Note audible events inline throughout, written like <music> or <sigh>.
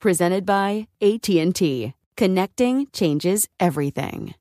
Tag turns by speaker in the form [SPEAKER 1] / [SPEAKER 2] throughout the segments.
[SPEAKER 1] presented by AT&T. Connecting changes everything.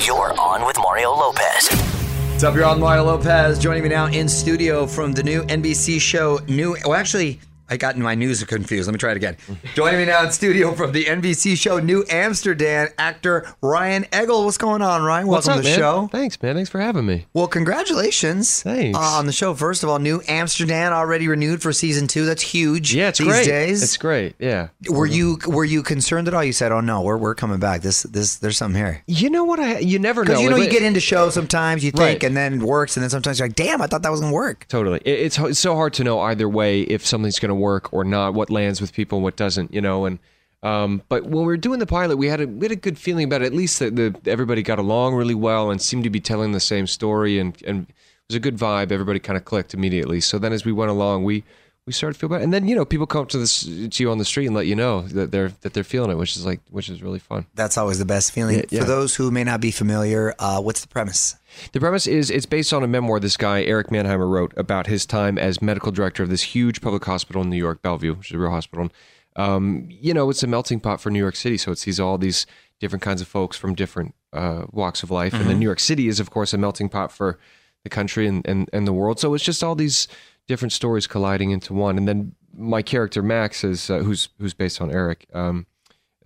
[SPEAKER 2] You're on with Mario Lopez.
[SPEAKER 3] What's up, you're on Mario Lopez. Joining me now in studio from the new NBC show, New. Well, actually, I got my news confused. Let me try it
[SPEAKER 4] <laughs>
[SPEAKER 3] again. Joining me now in studio from the NBC show, New Amsterdam, actor Ryan Eggle. What's going on, Ryan?
[SPEAKER 4] What's
[SPEAKER 3] Welcome
[SPEAKER 4] up,
[SPEAKER 3] to the
[SPEAKER 4] man?
[SPEAKER 3] show.
[SPEAKER 4] Thanks, man. Thanks for having me.
[SPEAKER 3] Well, congratulations
[SPEAKER 4] Thanks.
[SPEAKER 3] uh, on the show. First of all, New Amsterdam already renewed for season two. That's huge.
[SPEAKER 4] Yeah, it's
[SPEAKER 3] these
[SPEAKER 4] great.
[SPEAKER 3] days.
[SPEAKER 4] It's great. Yeah.
[SPEAKER 3] Were you were you concerned at all? You said, "Oh no, we're we're coming back. This this there's something here."
[SPEAKER 4] You know what? I you never know.
[SPEAKER 3] Because you know
[SPEAKER 4] Like,
[SPEAKER 3] you get into shows sometimes you think
[SPEAKER 4] Right.
[SPEAKER 3] and then it works and then sometimes you're like, damn, I thought that was gonna work.
[SPEAKER 4] Totally. It, it's it's so hard to know either way if something's going to work or not. What lands with people, and what doesn't. You know. And um, but when we were doing the pilot, we had a we had a good feeling about it. At least that the everybody got along really well and seemed to be telling the same story and and it was a good vibe. Everybody kind of clicked immediately. So then as we went along, we. We started to feel better, and then you know people come up to this to you on the street and let you know that they're that they're feeling it, which is like which is really fun.
[SPEAKER 3] That's always the best feeling.
[SPEAKER 4] Yeah, yeah.
[SPEAKER 3] For those who may not be familiar, uh, what's the premise?
[SPEAKER 4] The premise is it's based on a memoir this guy, Eric Mannheimer, wrote about his time as medical director of this huge public hospital in New York, Bellevue, which is a real hospital. Um, you know, it's a melting pot for New York City. So it sees all these different kinds of folks from different uh, walks of life. And then New York City is, of course, a melting pot for the country and, and, and the world. So it's just all these different stories colliding into one. And then my character, Max, is uh, who's, who's based on Eric. Um,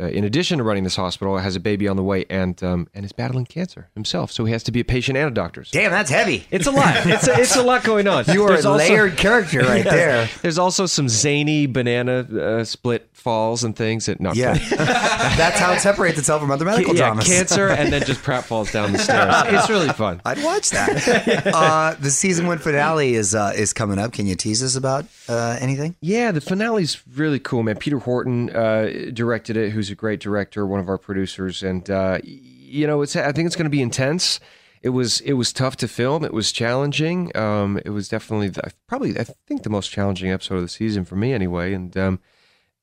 [SPEAKER 4] uh, in addition to running this hospital, has a baby on the way and um, and is battling cancer himself. So he has to be a patient and a doctor. So
[SPEAKER 3] Damn, that's heavy.
[SPEAKER 4] It's a lot. It's a, it's a lot going on.
[SPEAKER 3] You are
[SPEAKER 4] There's
[SPEAKER 3] a
[SPEAKER 4] also-
[SPEAKER 3] layered character <laughs> right
[SPEAKER 4] <laughs> Yes.
[SPEAKER 3] there.
[SPEAKER 4] There's also some zany banana uh, split falls and things that not
[SPEAKER 3] Yeah.
[SPEAKER 4] <laughs>
[SPEAKER 3] that's how it separates itself from other medical
[SPEAKER 4] yeah,
[SPEAKER 3] dramas.
[SPEAKER 4] <laughs> cancer and then just Pratt falls down <laughs> the stairs. It's really fun.
[SPEAKER 3] I'd watch
[SPEAKER 4] <laughs>
[SPEAKER 3] that. uh, the season one finale is uh, is coming up. Can you tease us about uh, anything?
[SPEAKER 4] Yeah, the finale's really cool, man. Peter Horton uh, directed it, who's a great director, one of our producers, and uh, y- you know, it's I think it's going to be intense. It was it was tough to film. It was challenging. Um, it was definitely the, probably I think the most challenging episode of the season for me, anyway. And um,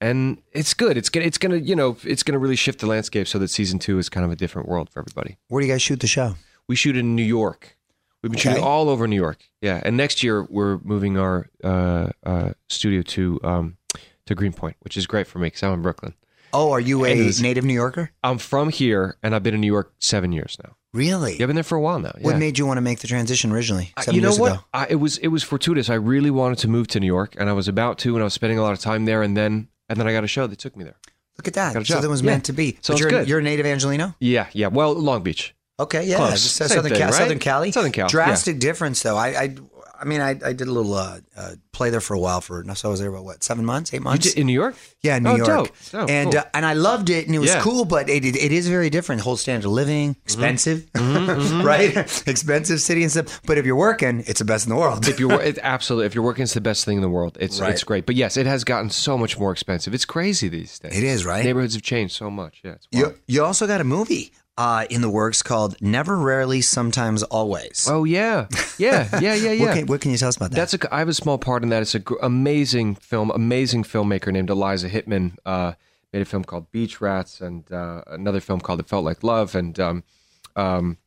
[SPEAKER 4] and it's good. It's gonna it's gonna you know it's gonna really shift the landscape so that season two is kind of a different world for everybody.
[SPEAKER 3] Where do you guys shoot the show?
[SPEAKER 4] We shoot in New York. We've been
[SPEAKER 3] Okay.
[SPEAKER 4] shooting all over New York. Yeah, and next year we're moving our uh, uh, studio to um, to Greenpoint, which is great for me because I'm in Brooklyn.
[SPEAKER 3] Oh, are you a
[SPEAKER 4] It is.
[SPEAKER 3] native New Yorker?
[SPEAKER 4] I'm from here, and I've been in New York seven years now.
[SPEAKER 3] Really?
[SPEAKER 4] Yeah, I've been there for a while now.
[SPEAKER 3] What
[SPEAKER 4] yeah.
[SPEAKER 3] made you want to make the transition originally?
[SPEAKER 4] I-
[SPEAKER 3] Seven
[SPEAKER 4] you know
[SPEAKER 3] years
[SPEAKER 4] what?
[SPEAKER 3] Ago?
[SPEAKER 4] I, it was it was fortuitous. I really wanted to move to New York, and I was about to, and I was spending a lot of time there, and then and then I got a show that took me there.
[SPEAKER 3] Look at that.
[SPEAKER 4] Got a
[SPEAKER 3] So
[SPEAKER 4] job.
[SPEAKER 3] that was
[SPEAKER 4] Yeah.
[SPEAKER 3] meant to be. But
[SPEAKER 4] So it's
[SPEAKER 3] you're,
[SPEAKER 4] good.
[SPEAKER 3] you're a native Angelino?
[SPEAKER 4] Yeah, yeah. Well, Long Beach.
[SPEAKER 3] Okay, yeah.
[SPEAKER 4] Close.
[SPEAKER 3] Just, uh,
[SPEAKER 4] Same
[SPEAKER 3] Southern,
[SPEAKER 4] thing,
[SPEAKER 3] Cal-
[SPEAKER 4] right?
[SPEAKER 3] Southern Cali.
[SPEAKER 4] Southern Cal, yeah.
[SPEAKER 3] Drastic difference, though. I, I I mean, I, I did a little uh, uh, play there for a while for, so I was there about what, seven months, eight months?
[SPEAKER 4] in New York?
[SPEAKER 3] Yeah, in New
[SPEAKER 4] Oh,
[SPEAKER 3] York,
[SPEAKER 4] dope. Dope,
[SPEAKER 3] and
[SPEAKER 4] cool.
[SPEAKER 3] uh, and I loved it, and it was
[SPEAKER 4] Yeah. Mm-hmm.
[SPEAKER 3] cool, but it, it it is very different. The whole standard of living, expensive, <laughs> right? expensive city and stuff. But if you're working, it's the best in the world.
[SPEAKER 4] If you're wor- it, absolutely, if you're working, it's the best thing in the world. It's
[SPEAKER 3] Right.
[SPEAKER 4] it's great. But yes, it has gotten so much more expensive. It's crazy these days.
[SPEAKER 3] It is, right?
[SPEAKER 4] Neighborhoods have changed so much. Yeah, it's wild.
[SPEAKER 3] you you also got a movie uh, in the works called Never, Rarely, Sometimes, Always.
[SPEAKER 4] Oh yeah, yeah, yeah,
[SPEAKER 3] <laughs>
[SPEAKER 4] yeah, yeah.
[SPEAKER 3] What can, what can you tell us about that?
[SPEAKER 4] That's a. I have a small part in that. It's an amazing film. Amazing filmmaker named Eliza Hittman uh, made a film called Beach Rats, and uh, another film called It Felt Like Love. And um, um,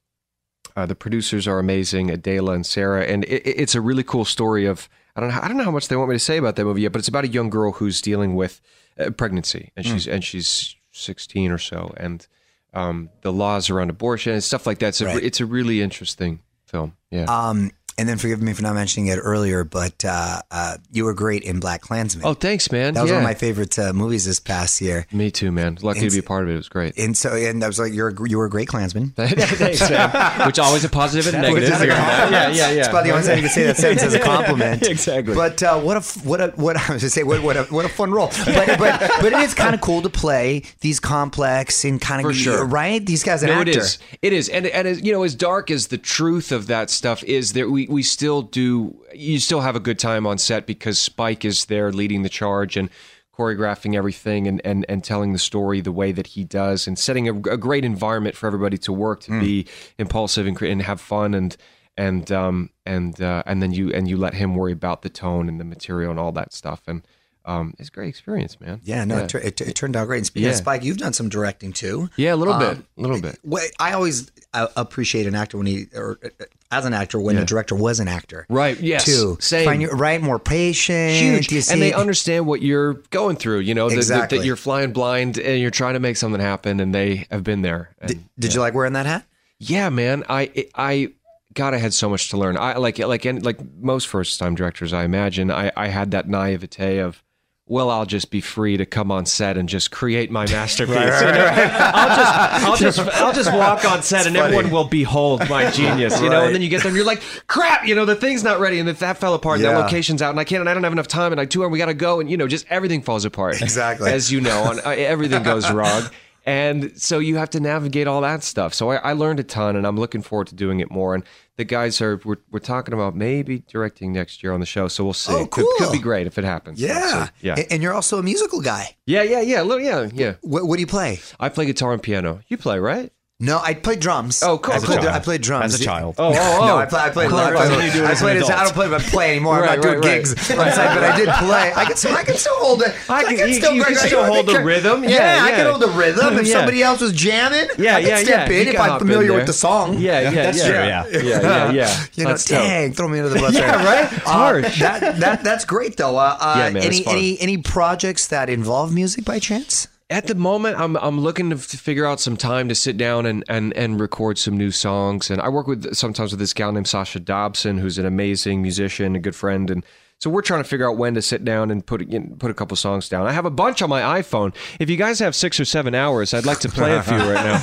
[SPEAKER 4] uh, the producers are amazing, Adela and Sarah. And it, it- it's a really cool story of. I don't know. I don't know how much they want me to say about that movie yet, but it's about a young girl who's dealing with uh, pregnancy, and
[SPEAKER 3] Hmm.
[SPEAKER 4] she's and she's 16 or so, and um, the laws around abortion and stuff like that. So
[SPEAKER 3] Right.
[SPEAKER 4] it's a really interesting film. Yeah.
[SPEAKER 3] um, and then forgive me for not mentioning it earlier, but uh, uh, you were great in Black Klansman.
[SPEAKER 4] oh, thanks, man.
[SPEAKER 3] that was one
[SPEAKER 4] Yeah.
[SPEAKER 3] of my favorite uh, movies this past year.
[SPEAKER 4] Me too, man. Lucky to
[SPEAKER 3] It's-
[SPEAKER 4] be a part of it. It
[SPEAKER 3] <laughs>
[SPEAKER 4] was great.
[SPEAKER 3] And so, and I was like, you're a, gr- you were a great Klansman.
[SPEAKER 4] Thanks, man. <laughs> Which always a positive and negative.
[SPEAKER 3] Which is a compliment.
[SPEAKER 4] Yeah, yeah, yeah.
[SPEAKER 3] It's about the only time you can say that sentence as
[SPEAKER 4] <laughs>
[SPEAKER 3] a compliment.
[SPEAKER 4] Exactly.
[SPEAKER 3] But uh, what a f- what a <laughs> what I was gonna say what what a, what a fun role. But but but it is kind of cool to play these complex and kind
[SPEAKER 4] For
[SPEAKER 3] of
[SPEAKER 4] sure.
[SPEAKER 3] right. These guys an
[SPEAKER 4] no,
[SPEAKER 3] actor.
[SPEAKER 4] it is. It is, and and as, you know, as dark as the truth of that stuff is, there we we still do. You still have a good time on set because Spike is there leading the charge and choreographing everything and and and telling the story the way that he does and setting a, a great environment for everybody to work
[SPEAKER 3] Hmm.
[SPEAKER 4] to be impulsive and cre- and have fun and. And um and uh, and then you and you let him worry about the tone and the material and all that stuff and um it's a great experience man
[SPEAKER 3] Yeah, no, It, tur- it, it turned out great. And speaking of
[SPEAKER 4] Yeah.
[SPEAKER 3] Spike, you've done some directing too.
[SPEAKER 4] yeah a little
[SPEAKER 3] Um,
[SPEAKER 4] bit a little bit
[SPEAKER 3] Wait, I always uh, appreciate an actor when he, or uh, as an actor, when the director was an actor.
[SPEAKER 4] Right, yes,
[SPEAKER 3] Too.
[SPEAKER 4] same.
[SPEAKER 3] Find your- right, more patient.
[SPEAKER 4] huge,
[SPEAKER 3] you
[SPEAKER 4] and
[SPEAKER 3] see-
[SPEAKER 4] they understand what you're going through. You know that- that- that,
[SPEAKER 3] Exactly.
[SPEAKER 4] you're flying blind and you're trying to make something happen, and they have been there. And
[SPEAKER 3] Did you like wearing that hat?
[SPEAKER 4] yeah, man, I it- I God, I had so much to learn. I like like and like most first time directors, I imagine, I I had that naivete of. Well, I'll just be free to come on set and just create my masterpiece. you know? I'll just, I'll just, I'll just walk on set and everyone will behold my genius. You know, and then you get there and you're like, crap. You know, the thing's not ready, and if that fell apart, and
[SPEAKER 3] Yeah.
[SPEAKER 4] that location's out, and I can't, and I don't have enough time, and I two hour, we gotta go, and you know, just everything falls apart.
[SPEAKER 3] Exactly.
[SPEAKER 4] As you know, on, uh, everything
[SPEAKER 3] <laughs>
[SPEAKER 4] goes wrong. And so you have to navigate all that stuff. So I, I learned a ton, and I'm looking forward to doing it more. And the guys are we're, we're talking about maybe directing next year on the show, so we'll see.
[SPEAKER 3] Oh,
[SPEAKER 4] Could- Could,
[SPEAKER 3] cool.
[SPEAKER 4] be great if it happens. So-
[SPEAKER 3] Yeah.
[SPEAKER 4] so, yeah,
[SPEAKER 3] A- And you're also a musical guy.
[SPEAKER 4] yeah, yeah, yeah, li- yeah, yeah.
[SPEAKER 3] What, what do you play?
[SPEAKER 4] I play guitar and piano. You play, right?
[SPEAKER 3] No, I play drums.
[SPEAKER 4] Oh, cool,
[SPEAKER 3] I
[SPEAKER 4] As a
[SPEAKER 3] played,
[SPEAKER 4] child.
[SPEAKER 3] I played drums
[SPEAKER 2] As a child.
[SPEAKER 4] Oh,
[SPEAKER 3] <laughs>
[SPEAKER 4] oh,
[SPEAKER 3] No,
[SPEAKER 4] oh.
[SPEAKER 3] I play. I played.
[SPEAKER 4] Cool.
[SPEAKER 3] I,
[SPEAKER 4] What do
[SPEAKER 3] played
[SPEAKER 2] you do
[SPEAKER 3] I
[SPEAKER 2] as an
[SPEAKER 3] played. as- I
[SPEAKER 2] adult?
[SPEAKER 3] don't play. I play anymore.
[SPEAKER 4] Right,
[SPEAKER 3] I'm not doing
[SPEAKER 4] right, right.
[SPEAKER 3] gigs. on site, but I did play. I can. still- I can still hold it.
[SPEAKER 4] I can- you- you can
[SPEAKER 3] I
[SPEAKER 4] still hold the rhythm.
[SPEAKER 3] Yeah,
[SPEAKER 4] Yeah,
[SPEAKER 3] I can
[SPEAKER 4] yeah.
[SPEAKER 3] hold the rhythm. If
[SPEAKER 4] <laughs> Yeah.
[SPEAKER 3] somebody else was jamming,
[SPEAKER 4] Yeah,
[SPEAKER 3] I can
[SPEAKER 4] yeah,
[SPEAKER 3] step
[SPEAKER 4] yeah.
[SPEAKER 3] in
[SPEAKER 4] You
[SPEAKER 3] if
[SPEAKER 4] can hop
[SPEAKER 3] I'm
[SPEAKER 4] in
[SPEAKER 3] familiar
[SPEAKER 4] there.
[SPEAKER 3] with the song. <laughs>
[SPEAKER 4] Yeah, yeah,
[SPEAKER 2] that's
[SPEAKER 4] yeah.
[SPEAKER 2] true, yeah.
[SPEAKER 4] yeah, yeah, yeah.
[SPEAKER 3] You know,
[SPEAKER 4] That's dope.
[SPEAKER 3] dang, throw me under the bus.
[SPEAKER 4] <laughs> Yeah, right? It's
[SPEAKER 3] Uh,
[SPEAKER 4] harsh.
[SPEAKER 3] That, that that's great though. Uh, uh,
[SPEAKER 4] Yeah, man, it's
[SPEAKER 3] any
[SPEAKER 4] fun.
[SPEAKER 3] any any projects that involve music by chance?
[SPEAKER 4] At the moment, I'm I'm looking to f- figure out some time to sit down and, and, and record some new songs. And I work with sometimes with this gal named Sasha Dobson, who's an amazing musician, a good friend, and so we're trying to figure out when to sit down and put you know, put a couple songs down. I have a bunch on my iPhone. If you guys have six or seven hours, I'd like to play a few right now.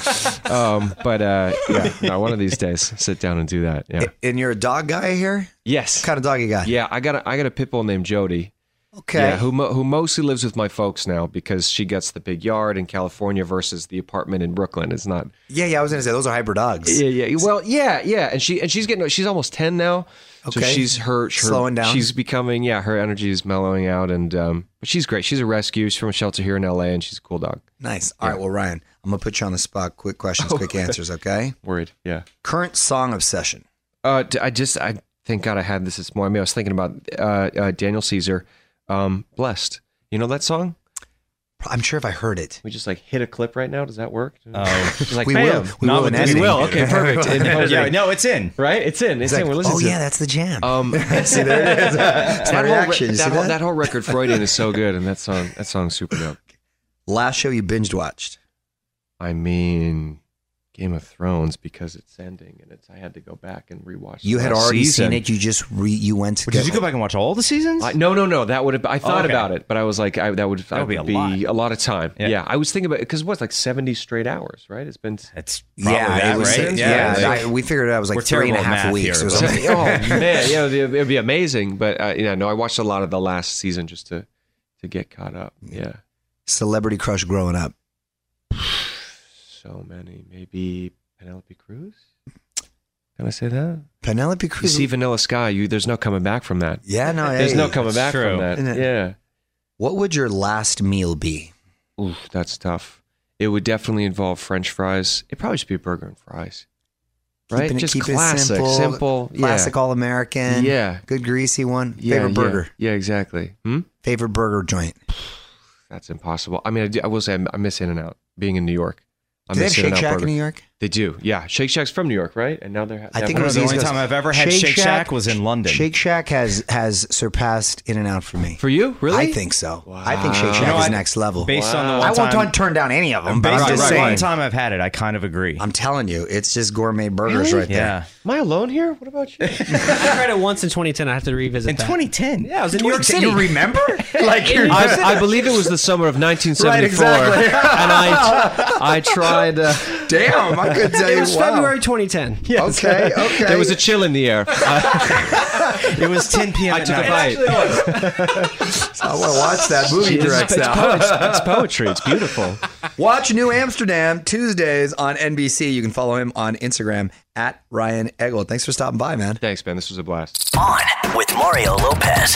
[SPEAKER 4] Um, but uh, yeah, no, one of these days, sit down and do that. Yeah.
[SPEAKER 3] And you're a dog guy here.
[SPEAKER 4] Yes.
[SPEAKER 3] What kind of doggy guy?
[SPEAKER 4] Yeah, I got a, I got a pit bull named Jody.
[SPEAKER 3] Okay.
[SPEAKER 4] Yeah, who mo- who mostly lives with my folks now because she gets the big yard in California versus the apartment in Brooklyn. It's not.
[SPEAKER 3] Yeah, yeah, I was gonna say those are hybrid dogs.
[SPEAKER 4] Yeah, yeah. Well, yeah, yeah. And she and she's getting she's almost ten now. So
[SPEAKER 3] Okay.
[SPEAKER 4] she's her, her-
[SPEAKER 3] Slowing down.
[SPEAKER 4] She's becoming yeah. Her energy is mellowing out, and um, but she's great. She's a rescue. She's from a shelter here in L.A. and she's a cool dog.
[SPEAKER 3] Nice. All right, well, Ryan, I'm gonna put you on the spot. Quick questions, quick answers, okay?
[SPEAKER 4] Worried. Yeah.
[SPEAKER 3] Current song obsession.
[SPEAKER 4] Uh, d- I just I thank God I had this this morning. I mean, I was thinking about uh, uh, Daniel Caesar, um, blessed. You know that song?
[SPEAKER 3] I'm sure if I heard it.
[SPEAKER 4] We just like hit a clip right now. Does that work? <laughs>
[SPEAKER 2] Oh.
[SPEAKER 4] Just like
[SPEAKER 3] We
[SPEAKER 4] bam.
[SPEAKER 3] will. We will in
[SPEAKER 2] we
[SPEAKER 3] editing.
[SPEAKER 2] will.
[SPEAKER 3] <laughs>
[SPEAKER 2] Okay, perfect.
[SPEAKER 4] In
[SPEAKER 2] yeah,
[SPEAKER 4] posing.
[SPEAKER 2] no, it's in.
[SPEAKER 4] Right? uh, It's in. It's,
[SPEAKER 3] It's
[SPEAKER 4] in.
[SPEAKER 3] like,
[SPEAKER 4] We're listening
[SPEAKER 3] oh
[SPEAKER 4] to
[SPEAKER 3] yeah,
[SPEAKER 4] it.
[SPEAKER 3] that's the jam.
[SPEAKER 4] <laughs> Um,
[SPEAKER 3] <laughs> See, there it is. It's my
[SPEAKER 4] that, whole,
[SPEAKER 3] reaction.
[SPEAKER 4] re-
[SPEAKER 3] You see
[SPEAKER 4] that, whole,
[SPEAKER 3] that?
[SPEAKER 4] that whole record Freudian is so good, and that song that song's super dope.
[SPEAKER 3] Last show you binge watched.
[SPEAKER 4] I mean, Game of Thrones because it's ending and it's I had to go back and rewatch.
[SPEAKER 3] You
[SPEAKER 4] the
[SPEAKER 3] had
[SPEAKER 4] last
[SPEAKER 3] already
[SPEAKER 4] season.
[SPEAKER 3] seen it. You just re, you went to
[SPEAKER 2] Did
[SPEAKER 3] get-
[SPEAKER 2] you go back and watch all the seasons?
[SPEAKER 4] I, no, no, no. That would have. I thought
[SPEAKER 2] okay.
[SPEAKER 4] about it, but I was like, I, that would that
[SPEAKER 2] would
[SPEAKER 4] would
[SPEAKER 2] be
[SPEAKER 4] be,
[SPEAKER 2] a
[SPEAKER 4] a,
[SPEAKER 2] lot.
[SPEAKER 4] lot. of time.
[SPEAKER 2] Yeah.
[SPEAKER 4] Yeah. I was thinking about it because what's like seventy straight hours, right? It's been.
[SPEAKER 2] That's probably
[SPEAKER 3] Yeah,
[SPEAKER 2] that,
[SPEAKER 3] it was.
[SPEAKER 2] right?
[SPEAKER 3] Yeah,
[SPEAKER 2] like-
[SPEAKER 3] I- we figured it out. It was
[SPEAKER 2] We're
[SPEAKER 3] like three and
[SPEAKER 2] terrible
[SPEAKER 3] a
[SPEAKER 2] at
[SPEAKER 3] half
[SPEAKER 2] math
[SPEAKER 3] weeks.
[SPEAKER 2] here,
[SPEAKER 3] It was
[SPEAKER 2] but-
[SPEAKER 3] amazing.
[SPEAKER 4] <laughs> oh man, yeah, it'd be- it'd be amazing. But uh, yeah, no, I watched a lot of the last season just to to get caught up. Yeah,
[SPEAKER 3] Celebrity crush growing up.
[SPEAKER 4] so many. Maybe Penelope Cruz. Can I say that?
[SPEAKER 3] Penelope
[SPEAKER 4] You
[SPEAKER 3] Cruz.
[SPEAKER 4] see Vanilla Sky, you there's no coming back from that.
[SPEAKER 3] yeah, no,
[SPEAKER 4] There's
[SPEAKER 3] hey.
[SPEAKER 4] no coming
[SPEAKER 2] that's
[SPEAKER 4] back
[SPEAKER 2] true.
[SPEAKER 4] from that.
[SPEAKER 3] Isn't it?
[SPEAKER 4] Yeah.
[SPEAKER 3] What would your last meal be?
[SPEAKER 4] Oof, that's tough. It would definitely involve French fries. It probably should be burger and fries. Right?
[SPEAKER 3] Keeping it-
[SPEAKER 4] Just
[SPEAKER 3] keep it
[SPEAKER 4] classic,
[SPEAKER 3] simple,
[SPEAKER 4] simple, yeah.
[SPEAKER 3] classic all American.
[SPEAKER 4] Yeah.
[SPEAKER 3] good greasy one.
[SPEAKER 4] Yeah,
[SPEAKER 3] favorite
[SPEAKER 4] yeah.
[SPEAKER 3] burger.
[SPEAKER 4] Yeah, exactly. Hmm?
[SPEAKER 3] Favorite burger joint.
[SPEAKER 4] That's impossible. I mean, I, do- I will say I miss In and Out being in New York. I
[SPEAKER 3] Do they have
[SPEAKER 4] miss
[SPEAKER 3] Shake
[SPEAKER 4] In-N-Out
[SPEAKER 3] Shack
[SPEAKER 4] burger.
[SPEAKER 3] in New York?
[SPEAKER 4] They do. Yeah. Shake Shack's from New York, right? And now they're ha-
[SPEAKER 3] I think it
[SPEAKER 4] having-
[SPEAKER 2] was the
[SPEAKER 3] East
[SPEAKER 2] only
[SPEAKER 3] Coast.
[SPEAKER 2] time I've ever had Shake Shack was in London.
[SPEAKER 3] Shake Shack has has surpassed In and Out for me.
[SPEAKER 4] For you? Really?
[SPEAKER 3] I think so. I think Shake
[SPEAKER 4] Wow.
[SPEAKER 3] Shack
[SPEAKER 2] You know
[SPEAKER 3] is
[SPEAKER 2] what?
[SPEAKER 3] next level.
[SPEAKER 2] Based on the one
[SPEAKER 3] I won't
[SPEAKER 2] time,
[SPEAKER 3] turn down any of them, but
[SPEAKER 2] based
[SPEAKER 3] I'm
[SPEAKER 2] on
[SPEAKER 3] just
[SPEAKER 2] the one
[SPEAKER 3] saying.
[SPEAKER 2] time I've had it, I kind of agree.
[SPEAKER 3] I'm telling you, it's just gourmet burgers right there.
[SPEAKER 2] yeah.
[SPEAKER 4] Am I alone here? What about you?
[SPEAKER 5] <laughs> I tried it once in 2010. I have to revisit
[SPEAKER 2] In
[SPEAKER 5] that.
[SPEAKER 2] 2010.
[SPEAKER 5] Yeah, I was in New York City.
[SPEAKER 3] You remember?
[SPEAKER 2] <laughs>
[SPEAKER 3] like you're
[SPEAKER 4] <laughs> I, I believe it was the summer of 1974.
[SPEAKER 3] exactly.
[SPEAKER 4] <laughs> and I, I tried. <laughs> Uh,
[SPEAKER 3] Damn, I could tell
[SPEAKER 5] it
[SPEAKER 3] you.
[SPEAKER 5] was
[SPEAKER 3] wow.
[SPEAKER 5] February 2010. Yeah.
[SPEAKER 3] Okay, okay. <laughs>
[SPEAKER 4] There was a chill in the air. I, <laughs>
[SPEAKER 2] It was 10 p.m.
[SPEAKER 4] I
[SPEAKER 2] at
[SPEAKER 4] took a
[SPEAKER 2] night.
[SPEAKER 4] bite.
[SPEAKER 3] I want to watch that movie directs
[SPEAKER 4] it's,
[SPEAKER 3] now.
[SPEAKER 4] po- it's- it's poetry. It's beautiful.
[SPEAKER 6] Watch New Amsterdam Tuesdays on NBC. You can follow him on Instagram at Ryan Eggold. Thanks for stopping by, man.
[SPEAKER 4] <laughs> Thanks, man. This was a blast.
[SPEAKER 7] On with Mario Lopez.